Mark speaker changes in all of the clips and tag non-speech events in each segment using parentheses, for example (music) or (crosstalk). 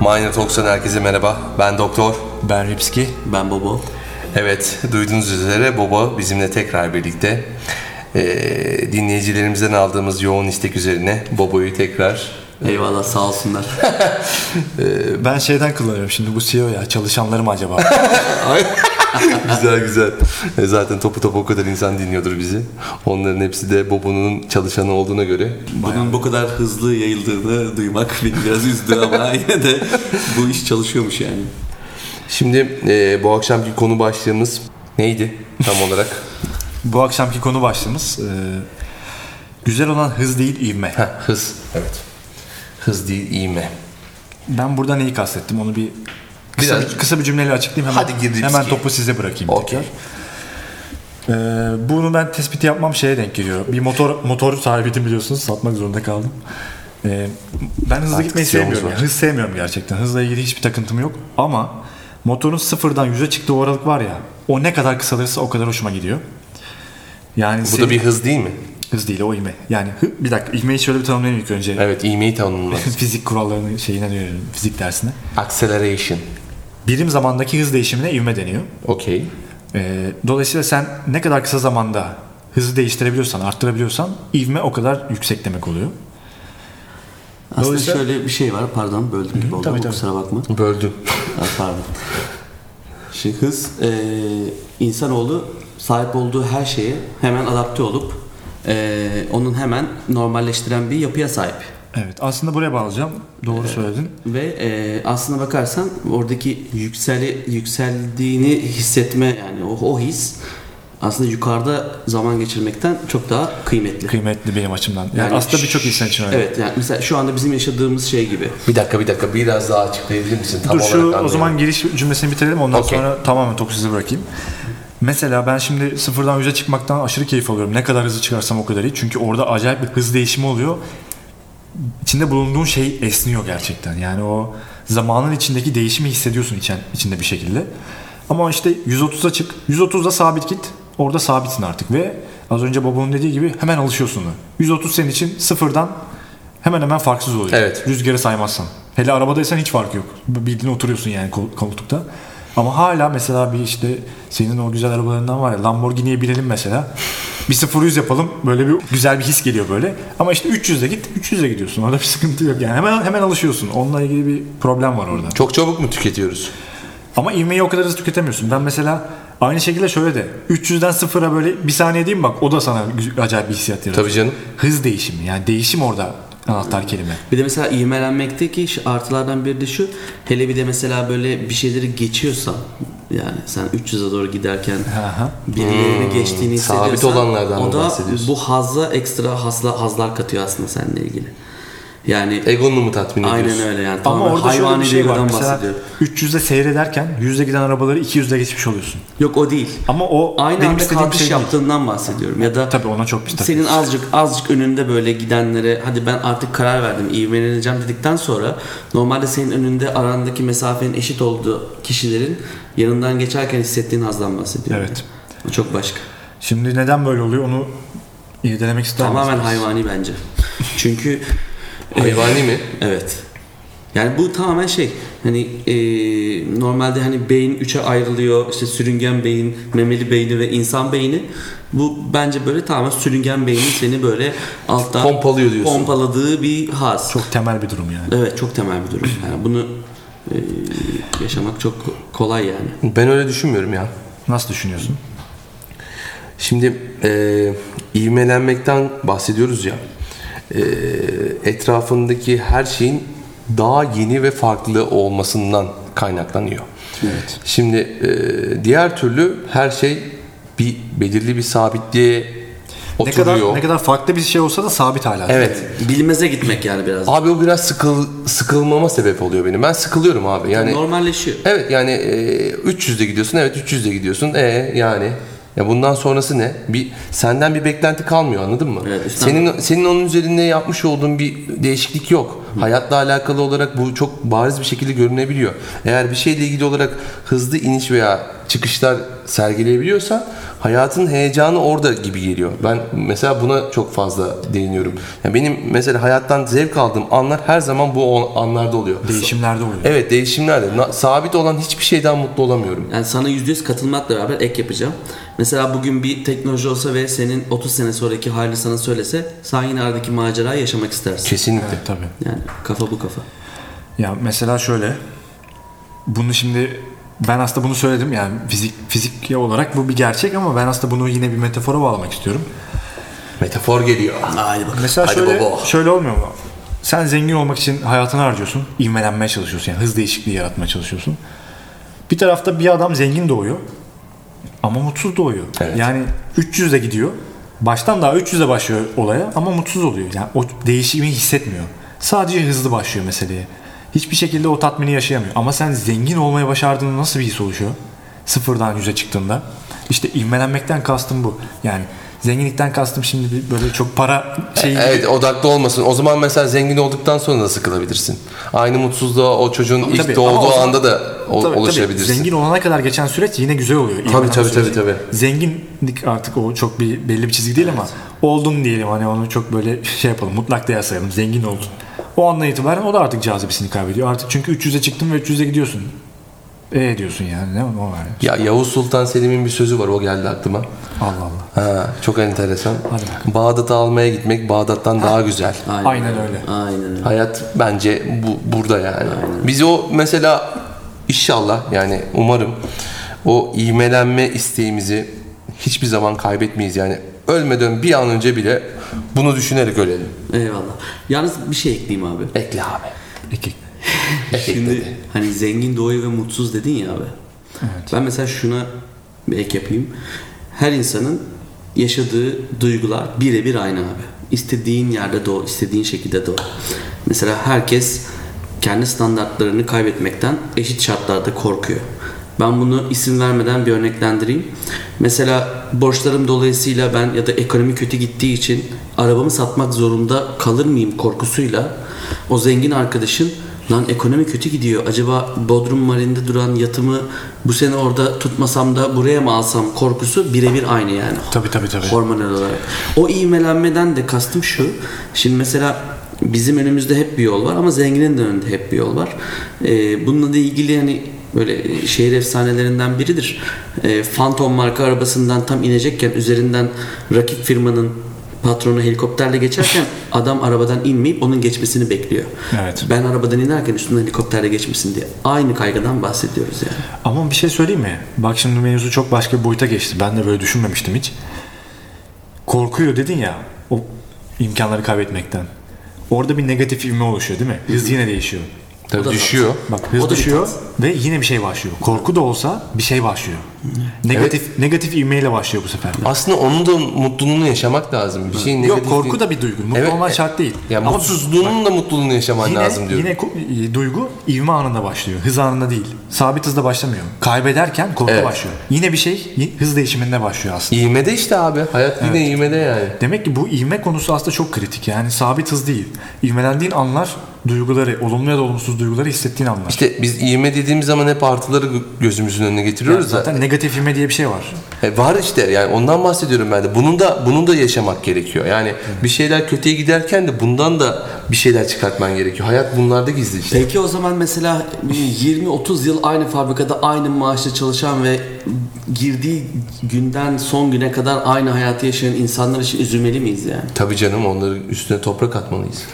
Speaker 1: Minor Talks'tan herkese merhaba. Ben Doktor.
Speaker 2: Ben Ripski. Ben Bobo.
Speaker 1: Evet, duyduğunuz üzere Bobo bizimle tekrar birlikte. Ee, dinleyicilerimizden aldığımız yoğun istek üzerine Bobo'yu tekrar...
Speaker 3: Eyvallah sağ olsunlar.
Speaker 2: Ben şeyden kullanıyorum şimdi bu CEO ya
Speaker 1: (laughs)
Speaker 2: çalışanlarım acaba?
Speaker 1: güzel güzel. E, Zaten topu topu o kadar insan dinliyordur bizi. Onların hepsi de Bobo'nun çalışanı olduğuna göre.
Speaker 3: Bunun bu kadar hızlı yayıldığını duymak beni biraz üzdü
Speaker 2: (laughs)
Speaker 3: ama yine de bu iş çalışıyormuş yani.
Speaker 1: Şimdi e, bu akşamki konu başlığımız neydi tam olarak? (laughs)
Speaker 2: bu akşamki konu başlığımız e, güzel olan hız değil ivme.
Speaker 1: Heh, hız. Evet. Hız değil, iğme.
Speaker 2: Ben burada neyi kastettim onu bir kısa,
Speaker 1: Biraz-
Speaker 2: bir, kısa bir cümleyle açıklayayım hemen.
Speaker 1: Hadi gir Ripski.
Speaker 2: hemen topu size bırakayım.
Speaker 1: Okey.
Speaker 2: Ee, bunu ben tespiti yapmam şeye denk geliyor. Bir motor motor sahibiydim biliyorsunuz. Satmak zorunda kaldım. Ee, ben hızlı
Speaker 1: Artık
Speaker 2: gitmeyi
Speaker 1: siyahımız
Speaker 2: sevmiyorum.
Speaker 1: var.
Speaker 2: ya. Hız sevmiyorum gerçekten. Hızla ilgili hiçbir takıntım yok. Ama motorun sıfırdan yüze çıktığı o aralık var ya. O ne kadar kısalırsa o kadar hoşuma gidiyor. Yani
Speaker 1: Bu da bir hız değil mi?
Speaker 2: hız değil o ivme. Yani hı- bir dakika ivmeyi şöyle bir tanımlayayım ilk önce.
Speaker 1: Evet, iğmeyi tanımlamak.
Speaker 2: (laughs) fizik kurallarının şeyine dönelim. Fizik dersine.
Speaker 1: Acceleration.
Speaker 2: Birim zamandaki hız değişimine ivme deniyor.
Speaker 1: Okey.
Speaker 2: Ee, dolayısıyla sen ne kadar kısa zamanda hızı değiştirebiliyorsan, arttırabiliyorsan ivme o kadar yüksek demek oluyor.
Speaker 3: Aslında
Speaker 2: Dolayısıyla-
Speaker 3: şöyle bir şey var pardon böldüm gibi oldu
Speaker 2: tabii,
Speaker 3: ama
Speaker 2: tabii.
Speaker 3: kusura bakma.
Speaker 1: Böldüm.
Speaker 3: Ha, pardon. Şimdi hız eee insanoğlu sahip olduğu her şeye hemen adapte olup eee, onun hemen normalleştiren bir yapıya sahip.
Speaker 2: Evet, aslında buraya bağlayacağım. Doğru söyledin.
Speaker 3: Ve eee, aslına bakarsan oradaki yükseli, yükseldiğini hissetme yani o, o his aslında yukarıda zaman geçirmekten çok daha kıymetli.
Speaker 2: Kıymetli benim açımdan. Yani, aslında birçok insan için öyle.
Speaker 3: Evet yani mesela şu anda bizim yaşadığımız şey gibi.
Speaker 1: Bir dakika bir dakika biraz daha açıklayabilir misin? Tam
Speaker 2: Dur
Speaker 1: olarak
Speaker 2: şu o
Speaker 1: anlayamadım.
Speaker 2: zaman giriş cümlesini bitirelim ondan
Speaker 1: Okey.
Speaker 2: sonra tamamen topu size bırakayım. Mesela ben şimdi sıfırdan yüze çıkmaktan aşırı keyif alıyorum. Ne kadar hızlı çıkarsam o kadar iyi. Çünkü orada acayip bir hız değişimi oluyor. İçinde bulunduğun şey esniyor gerçekten. Yani o zamanın içindeki değişimi hissediyorsun içen, içinde bir şekilde. Ama işte 130'a çık. 130'da sabit git. Orada sabitsin artık ve az önce babanın dediği gibi hemen alışıyorsun. 130 senin için sıfırdan hemen hemen farksız oluyor.
Speaker 1: Evet.
Speaker 2: Rüzgarı saymazsan. Hele arabadaysan hiç fark yok. Bildiğin oturuyorsun yani kol- koltukta. Ama hala mesela bir işte senin o güzel arabalarından var ya Lamborghini'ye binelim mesela. Bir 0-100 yapalım. Böyle bir güzel bir his geliyor böyle. Ama işte 300'e git 300'e gidiyorsun. Orada bir (laughs) sıkıntı yok. Yani hemen hemen alışıyorsun. Onunla ilgili bir problem var orada.
Speaker 1: Çok çabuk mu tüketiyoruz?
Speaker 2: Ama ivmeyi o kadar hızlı tüketemiyorsun. Ben mesela aynı şekilde şöyle de 300'den 0'a böyle bir saniye diyeyim bak o da sana güz- acayip bir hissiyat yaratıyor.
Speaker 1: Tabii canım.
Speaker 2: Hız değişimi yani değişim orada anahtar kelime.
Speaker 3: Bir de mesela ivmelenmekteki ş- artılardan biri de şu. Hele bir de mesela böyle bir şeyleri geçiyorsan yani sen 300'e doğru giderken
Speaker 2: Aha. Hmm,
Speaker 3: birilerini geçtiğini hissediyorsan
Speaker 1: sabit olanlardan
Speaker 3: o
Speaker 1: mı
Speaker 3: da
Speaker 1: bahsediyorsun?
Speaker 3: bu hazla ekstra hazla, hazlar katıyor aslında seninle ilgili. Yani
Speaker 1: Egonu mu tatmin ediyorsun?
Speaker 3: aynen öyle yani.
Speaker 2: Ama
Speaker 3: tamamen
Speaker 2: orada şöyle bir şey var
Speaker 3: duygudan
Speaker 2: mesela
Speaker 3: bahsediyorum.
Speaker 2: 300'de seyrederken 100'de giden arabaları 200'de geçmiş oluyorsun.
Speaker 3: Yok o değil.
Speaker 2: Ama o
Speaker 3: Aynı
Speaker 2: benim
Speaker 3: anda
Speaker 2: istediğim
Speaker 3: kalkış
Speaker 2: şey değil.
Speaker 3: yaptığından bahsediyorum ya da
Speaker 2: Tabii ona çok bir
Speaker 3: Senin azıcık azıcık önünde böyle gidenlere hadi ben artık karar verdim ivmeleneceğim dedikten sonra normalde senin önünde arandaki mesafenin eşit olduğu kişilerin yanından geçerken hissettiğin hazdan bahsediyorum.
Speaker 2: Evet.
Speaker 3: O çok başka.
Speaker 2: Şimdi neden böyle oluyor onu irdelemek ister
Speaker 3: Tamamen
Speaker 2: misiniz?
Speaker 3: hayvani
Speaker 1: (laughs)
Speaker 3: bence. Çünkü e,
Speaker 1: Hayvani mi?
Speaker 3: Evet. Yani bu tamamen şey hani e, normalde hani beyin üçe ayrılıyor işte sürüngen beyin, memeli beyni ve insan beyni. Bu bence böyle tamamen sürüngen beynin seni böyle alttan
Speaker 1: Pompalıyor diyorsun.
Speaker 3: pompaladığı bir haz.
Speaker 2: Çok temel bir durum yani.
Speaker 3: Evet çok temel bir durum. Yani bunu e, yaşamak çok kolay yani.
Speaker 1: Ben öyle düşünmüyorum ya.
Speaker 2: Nasıl düşünüyorsun?
Speaker 1: Şimdi eee ivmelenmekten bahsediyoruz ya. Eee, etrafındaki her şeyin daha yeni ve farklı olmasından kaynaklanıyor.
Speaker 3: Evet.
Speaker 1: Şimdi eee, diğer türlü her şey bir belirli bir sabitliğe
Speaker 2: Ne
Speaker 1: oturuyor.
Speaker 2: kadar ne kadar farklı bir şey olsa da sabit hala.
Speaker 1: Evet.
Speaker 3: Bilmeze gitmek yani biraz.
Speaker 1: Abi o biraz sıkıl sıkılmama sebep oluyor benim. Ben sıkılıyorum abi. Yani
Speaker 3: Normalleşiyor.
Speaker 1: Evet yani e, 300'de gidiyorsun. Evet 300'de gidiyorsun. E yani ya bundan sonrası ne? Bir senden bir beklenti kalmıyor anladın mı?
Speaker 3: Evet, üstten-
Speaker 1: senin senin onun üzerinde yapmış olduğun bir değişiklik yok. Hayatla alakalı olarak bu çok bariz bir şekilde görünebiliyor. Eğer bir şeyle ilgili olarak hızlı iniş veya çıkışlar sergileyebiliyorsa hayatın heyecanı orada gibi geliyor. Ben mesela buna çok fazla değiniyorum. Yani benim mesela hayattan zevk aldığım anlar her zaman bu o- anlarda oluyor.
Speaker 2: Değişimlerde oluyor.
Speaker 1: Evet değişimlerde. Na- sabit olan hiçbir şeyden mutlu olamıyorum.
Speaker 3: Yani sana %100 katılmakla beraber ek yapacağım. Mesela bugün bir teknoloji olsa ve senin 30 sene sonraki halini sana söylese sen yine aradaki macerayı yaşamak istersin.
Speaker 1: Kesinlikle.
Speaker 2: Evet, tabii.
Speaker 3: Yani kafa bu kafa.
Speaker 2: Ya mesela şöyle. Bunu şimdi ben aslında bunu söyledim yani fizik fizik olarak bu bir gerçek ama ben aslında bunu yine bir metafora bağlamak istiyorum.
Speaker 1: Metafor geliyor.
Speaker 3: Haydi bakalım.
Speaker 2: Mesela
Speaker 1: Hadi
Speaker 2: şöyle
Speaker 1: baba.
Speaker 2: şöyle olmuyor mu? Sen zengin olmak için hayatını harcıyorsun, ivmelenmeye çalışıyorsun yani hız değişikliği yaratmaya çalışıyorsun. Bir tarafta bir adam zengin doğuyor ama mutsuz doğuyor.
Speaker 1: Evet.
Speaker 2: Yani 300'e gidiyor. Baştan daha 300'e başlıyor olaya ama mutsuz oluyor. Yani o değişimi hissetmiyor. Sadece hızlı başlıyor meseleye. Hiçbir şekilde o tatmini yaşayamıyor. Ama sen zengin olmayı başardığında nasıl bir his oluşuyor? Sıfırdan yüze çıktığında. İşte ivmelenmekten kastım bu. Yani zenginlikten kastım şimdi bir böyle çok para şey gibi
Speaker 1: E, Evet odaklı olmasın. O zaman mesela zengin olduktan sonra da sıkılabilirsin. Aynı mutsuzluğa o çocuğun ilk
Speaker 2: Tabii, ama
Speaker 1: doğduğu
Speaker 2: o zaman-
Speaker 1: anda da o-
Speaker 2: Tabii, tabii.
Speaker 1: oluşabilirsin.
Speaker 2: Zengin olana kadar geçen süreç yine güzel oluyor. İyi
Speaker 1: Tabii,
Speaker 2: bir
Speaker 1: tabii,
Speaker 2: süreci.
Speaker 1: tabii, tabii.
Speaker 2: Zenginlik artık o çok bir belli bir çizgi değil ama oldun diyelim hani onu çok böyle (laughs) şey yapalım mutlak değer sayalım zengin oldun. O andan itibaren o da artık cazibesini kaybediyor. Artık çünkü 300'e çıktın ve 300'e gidiyorsun. E diyorsun yani ne o var? ya?
Speaker 1: Ya Yavuz Sultan Selim'in bir sözü var o geldi aklıma.
Speaker 2: Allah Allah.
Speaker 1: Ha, çok enteresan.
Speaker 2: Hadi
Speaker 1: Bağdat'a almaya gitmek Bağdat'tan daha güzel.
Speaker 2: Aynen öyle.
Speaker 3: Aynen öyle.
Speaker 1: Hayat bence bu burada yani. Biz o mesela inşallah yani umarım o iğmelenme isteğimizi hiçbir zaman kaybetmeyiz yani. Ölmeden bir an önce bile bunu düşünerek ölelim.
Speaker 3: Eyvallah. Yalnız bir şey ekleyeyim abi.
Speaker 1: Ekle abi.
Speaker 2: (laughs) Peki.
Speaker 1: Ek
Speaker 3: Şimdi
Speaker 1: ekledi.
Speaker 3: hani zengin doğuyor ve mutsuz dedin ya abi.
Speaker 2: Evet.
Speaker 3: Ben mesela şuna bir ek yapayım. Her insanın yaşadığı duygular birebir aynı abi. İstediğin yerde doğ, istediğin şekilde doğ. Mesela herkes kendi standartlarını kaybetmekten eşit şartlarda korkuyor. Ben bunu isim vermeden bir örneklendireyim. Mesela borçlarım dolayısıyla ben ya da ekonomi kötü gittiği için arabamı satmak zorunda kalır mıyım korkusuyla o zengin arkadaşın Lan ekonomi kötü gidiyor. Acaba Bodrum Marin'de duran yatımı bu sene orada tutmasam da buraya mı alsam korkusu birebir aynı yani.
Speaker 2: Tabii tabii tabii.
Speaker 3: Hormonal olarak. O iğmelenmeden de kastım şu. Şimdi mesela bizim önümüzde hep bir yol var ama zenginin de önünde hep bir yol var. Ee, bununla da ilgili hani böyle şehir efsanelerinden biridir. Ee, Phantom marka arabasından tam inecekken üzerinden rakip firmanın patronu helikopterle
Speaker 2: (laughs)
Speaker 3: geçerken adam arabadan inmeyip onun geçmesini bekliyor.
Speaker 2: Evet.
Speaker 3: Ben arabadan inerken üstünden helikopterle geçmesin diye. Aynı kaygıdan bahsediyoruz yani.
Speaker 2: Ama bir şey söyleyeyim mi? Bak şimdi mevzu çok başka bir boyuta geçti. Ben de böyle düşünmemiştim hiç. Korkuyor dedin ya o imkanları kaybetmekten. Orada bir negatif ivme oluşuyor değil mi? Hız yine değişiyor.
Speaker 1: Tabii
Speaker 3: O da
Speaker 1: düşüyor.
Speaker 2: Bak
Speaker 3: O
Speaker 2: hız
Speaker 3: da bir
Speaker 2: düşüyor
Speaker 3: tarz.
Speaker 2: ve yine bir şey başlıyor. Korku da olsa bir şey başlıyor. Negatif negatif ivmeyle başlıyor bu sefer.
Speaker 1: Aslında onun da mutluluğunu yaşamak lazım. Bir şeyin
Speaker 2: Yok
Speaker 1: negatifliği-
Speaker 2: korku da bir duygu. Mutlu
Speaker 1: Evet,
Speaker 2: olman
Speaker 1: e,
Speaker 2: şart değil.
Speaker 1: Ya
Speaker 2: Ama
Speaker 1: mutsuzluğunun da mutluluğunu yaşaman
Speaker 2: yine,
Speaker 1: lazım diyorum.
Speaker 2: Yine ko- e, duygu ivme anında başlıyor. Hız anında değil. Sabit hızda başlamıyor. Kaybederken korku
Speaker 1: Evet.
Speaker 2: başlıyor. Yine bir şey y- hız değişiminde başlıyor aslında.
Speaker 1: İğmede işte abi. Hayat yine iğmede yani.
Speaker 2: Demek ki bu ivme konusu aslında çok kritik. Yani sabit hız değil. İvmelendiğin anlar duyguları, olumlu ya da olumsuz duyguları hissettiğin anlar.
Speaker 1: İşte biz iğme dediğimiz zaman hep artıları gö- gözümüzün önüne
Speaker 2: Yani
Speaker 1: getiriyoruz
Speaker 2: zaten negatif ivme diye bir şey var.
Speaker 1: da. E, var işte yani ondan bahsediyorum ben de. Bunun da bunun da yaşamak gerekiyor. Yani bir şeyler kötüye giderken de bundan da bir şeyler çıkartman gerekiyor. Hayat bunlarda gizli işte.
Speaker 3: Peki o zaman mesela 20-30 yıl aynı fabrikada aynı maaşla çalışan ve girdiği günden son güne kadar aynı hayatı yaşayan insanlar için üzülmeli miyiz yani?
Speaker 1: Tabii canım onların üstüne toprak
Speaker 3: (laughs)
Speaker 1: atmalıyız.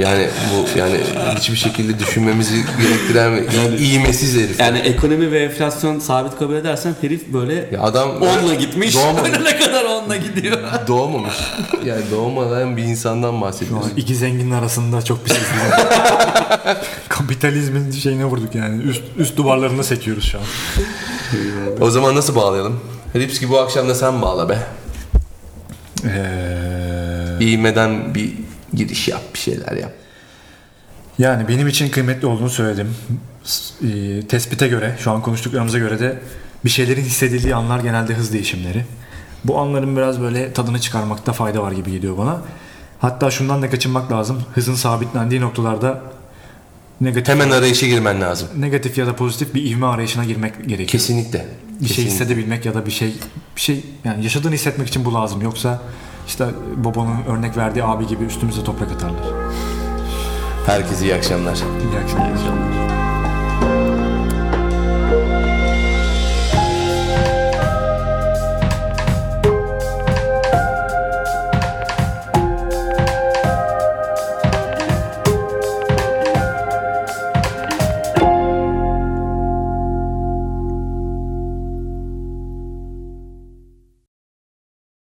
Speaker 1: yani bu yani hiçbir şekilde düşünmemizi gerektiren ve iğmesiz herif.
Speaker 3: Yani ekonomi ve enflasyon sabit kabul edersen herif böyle
Speaker 1: Ya adam
Speaker 3: onla gitmiş,
Speaker 1: Doğmamış.
Speaker 3: (laughs) önüne kadar onla gidiyor.
Speaker 1: doğmamış. Yani doğmadan bir insandan bahsediyoruz.
Speaker 2: İki zenginin arasında çok bir şey var. Kapitalizmin şeyine vurduk yani. Üst, üst duvarlarını sekiyoruz şu an.
Speaker 1: O zaman nasıl bağlayalım? Lipski bu akşam da sen bağla be.
Speaker 2: Ee,
Speaker 1: İğmeden bir giriş yap, bir şeyler yap.
Speaker 2: yani benim için kıymetli olduğunu söyledim. S- ee, tespite göre, şu an konuştuklarımıza göre de bir şeylerin hissedildiği anlar genelde hız değişimleri. Bu anların biraz böyle tadını çıkarmakta fayda var gibi geliyor bana. Hatta şundan da kaçınmak lazım. Hızın sabitlendiği noktalarda negatif
Speaker 1: Hemen arayışa girmen lazım.
Speaker 2: negatif ya da pozitif bir ivme arayışına girmek gerekiyor.
Speaker 1: Kesinlikle.
Speaker 2: bir şey
Speaker 1: Kesinlikle.
Speaker 2: hissedebilmek ya da bir şey bir şey yani yaşadığını hissetmek için bu lazım. Yoksa işte babanın örnek verdiği abi gibi üstümüze toprak atarlar.
Speaker 1: Herkese iyi akşamlar.
Speaker 2: İyi akşamlar.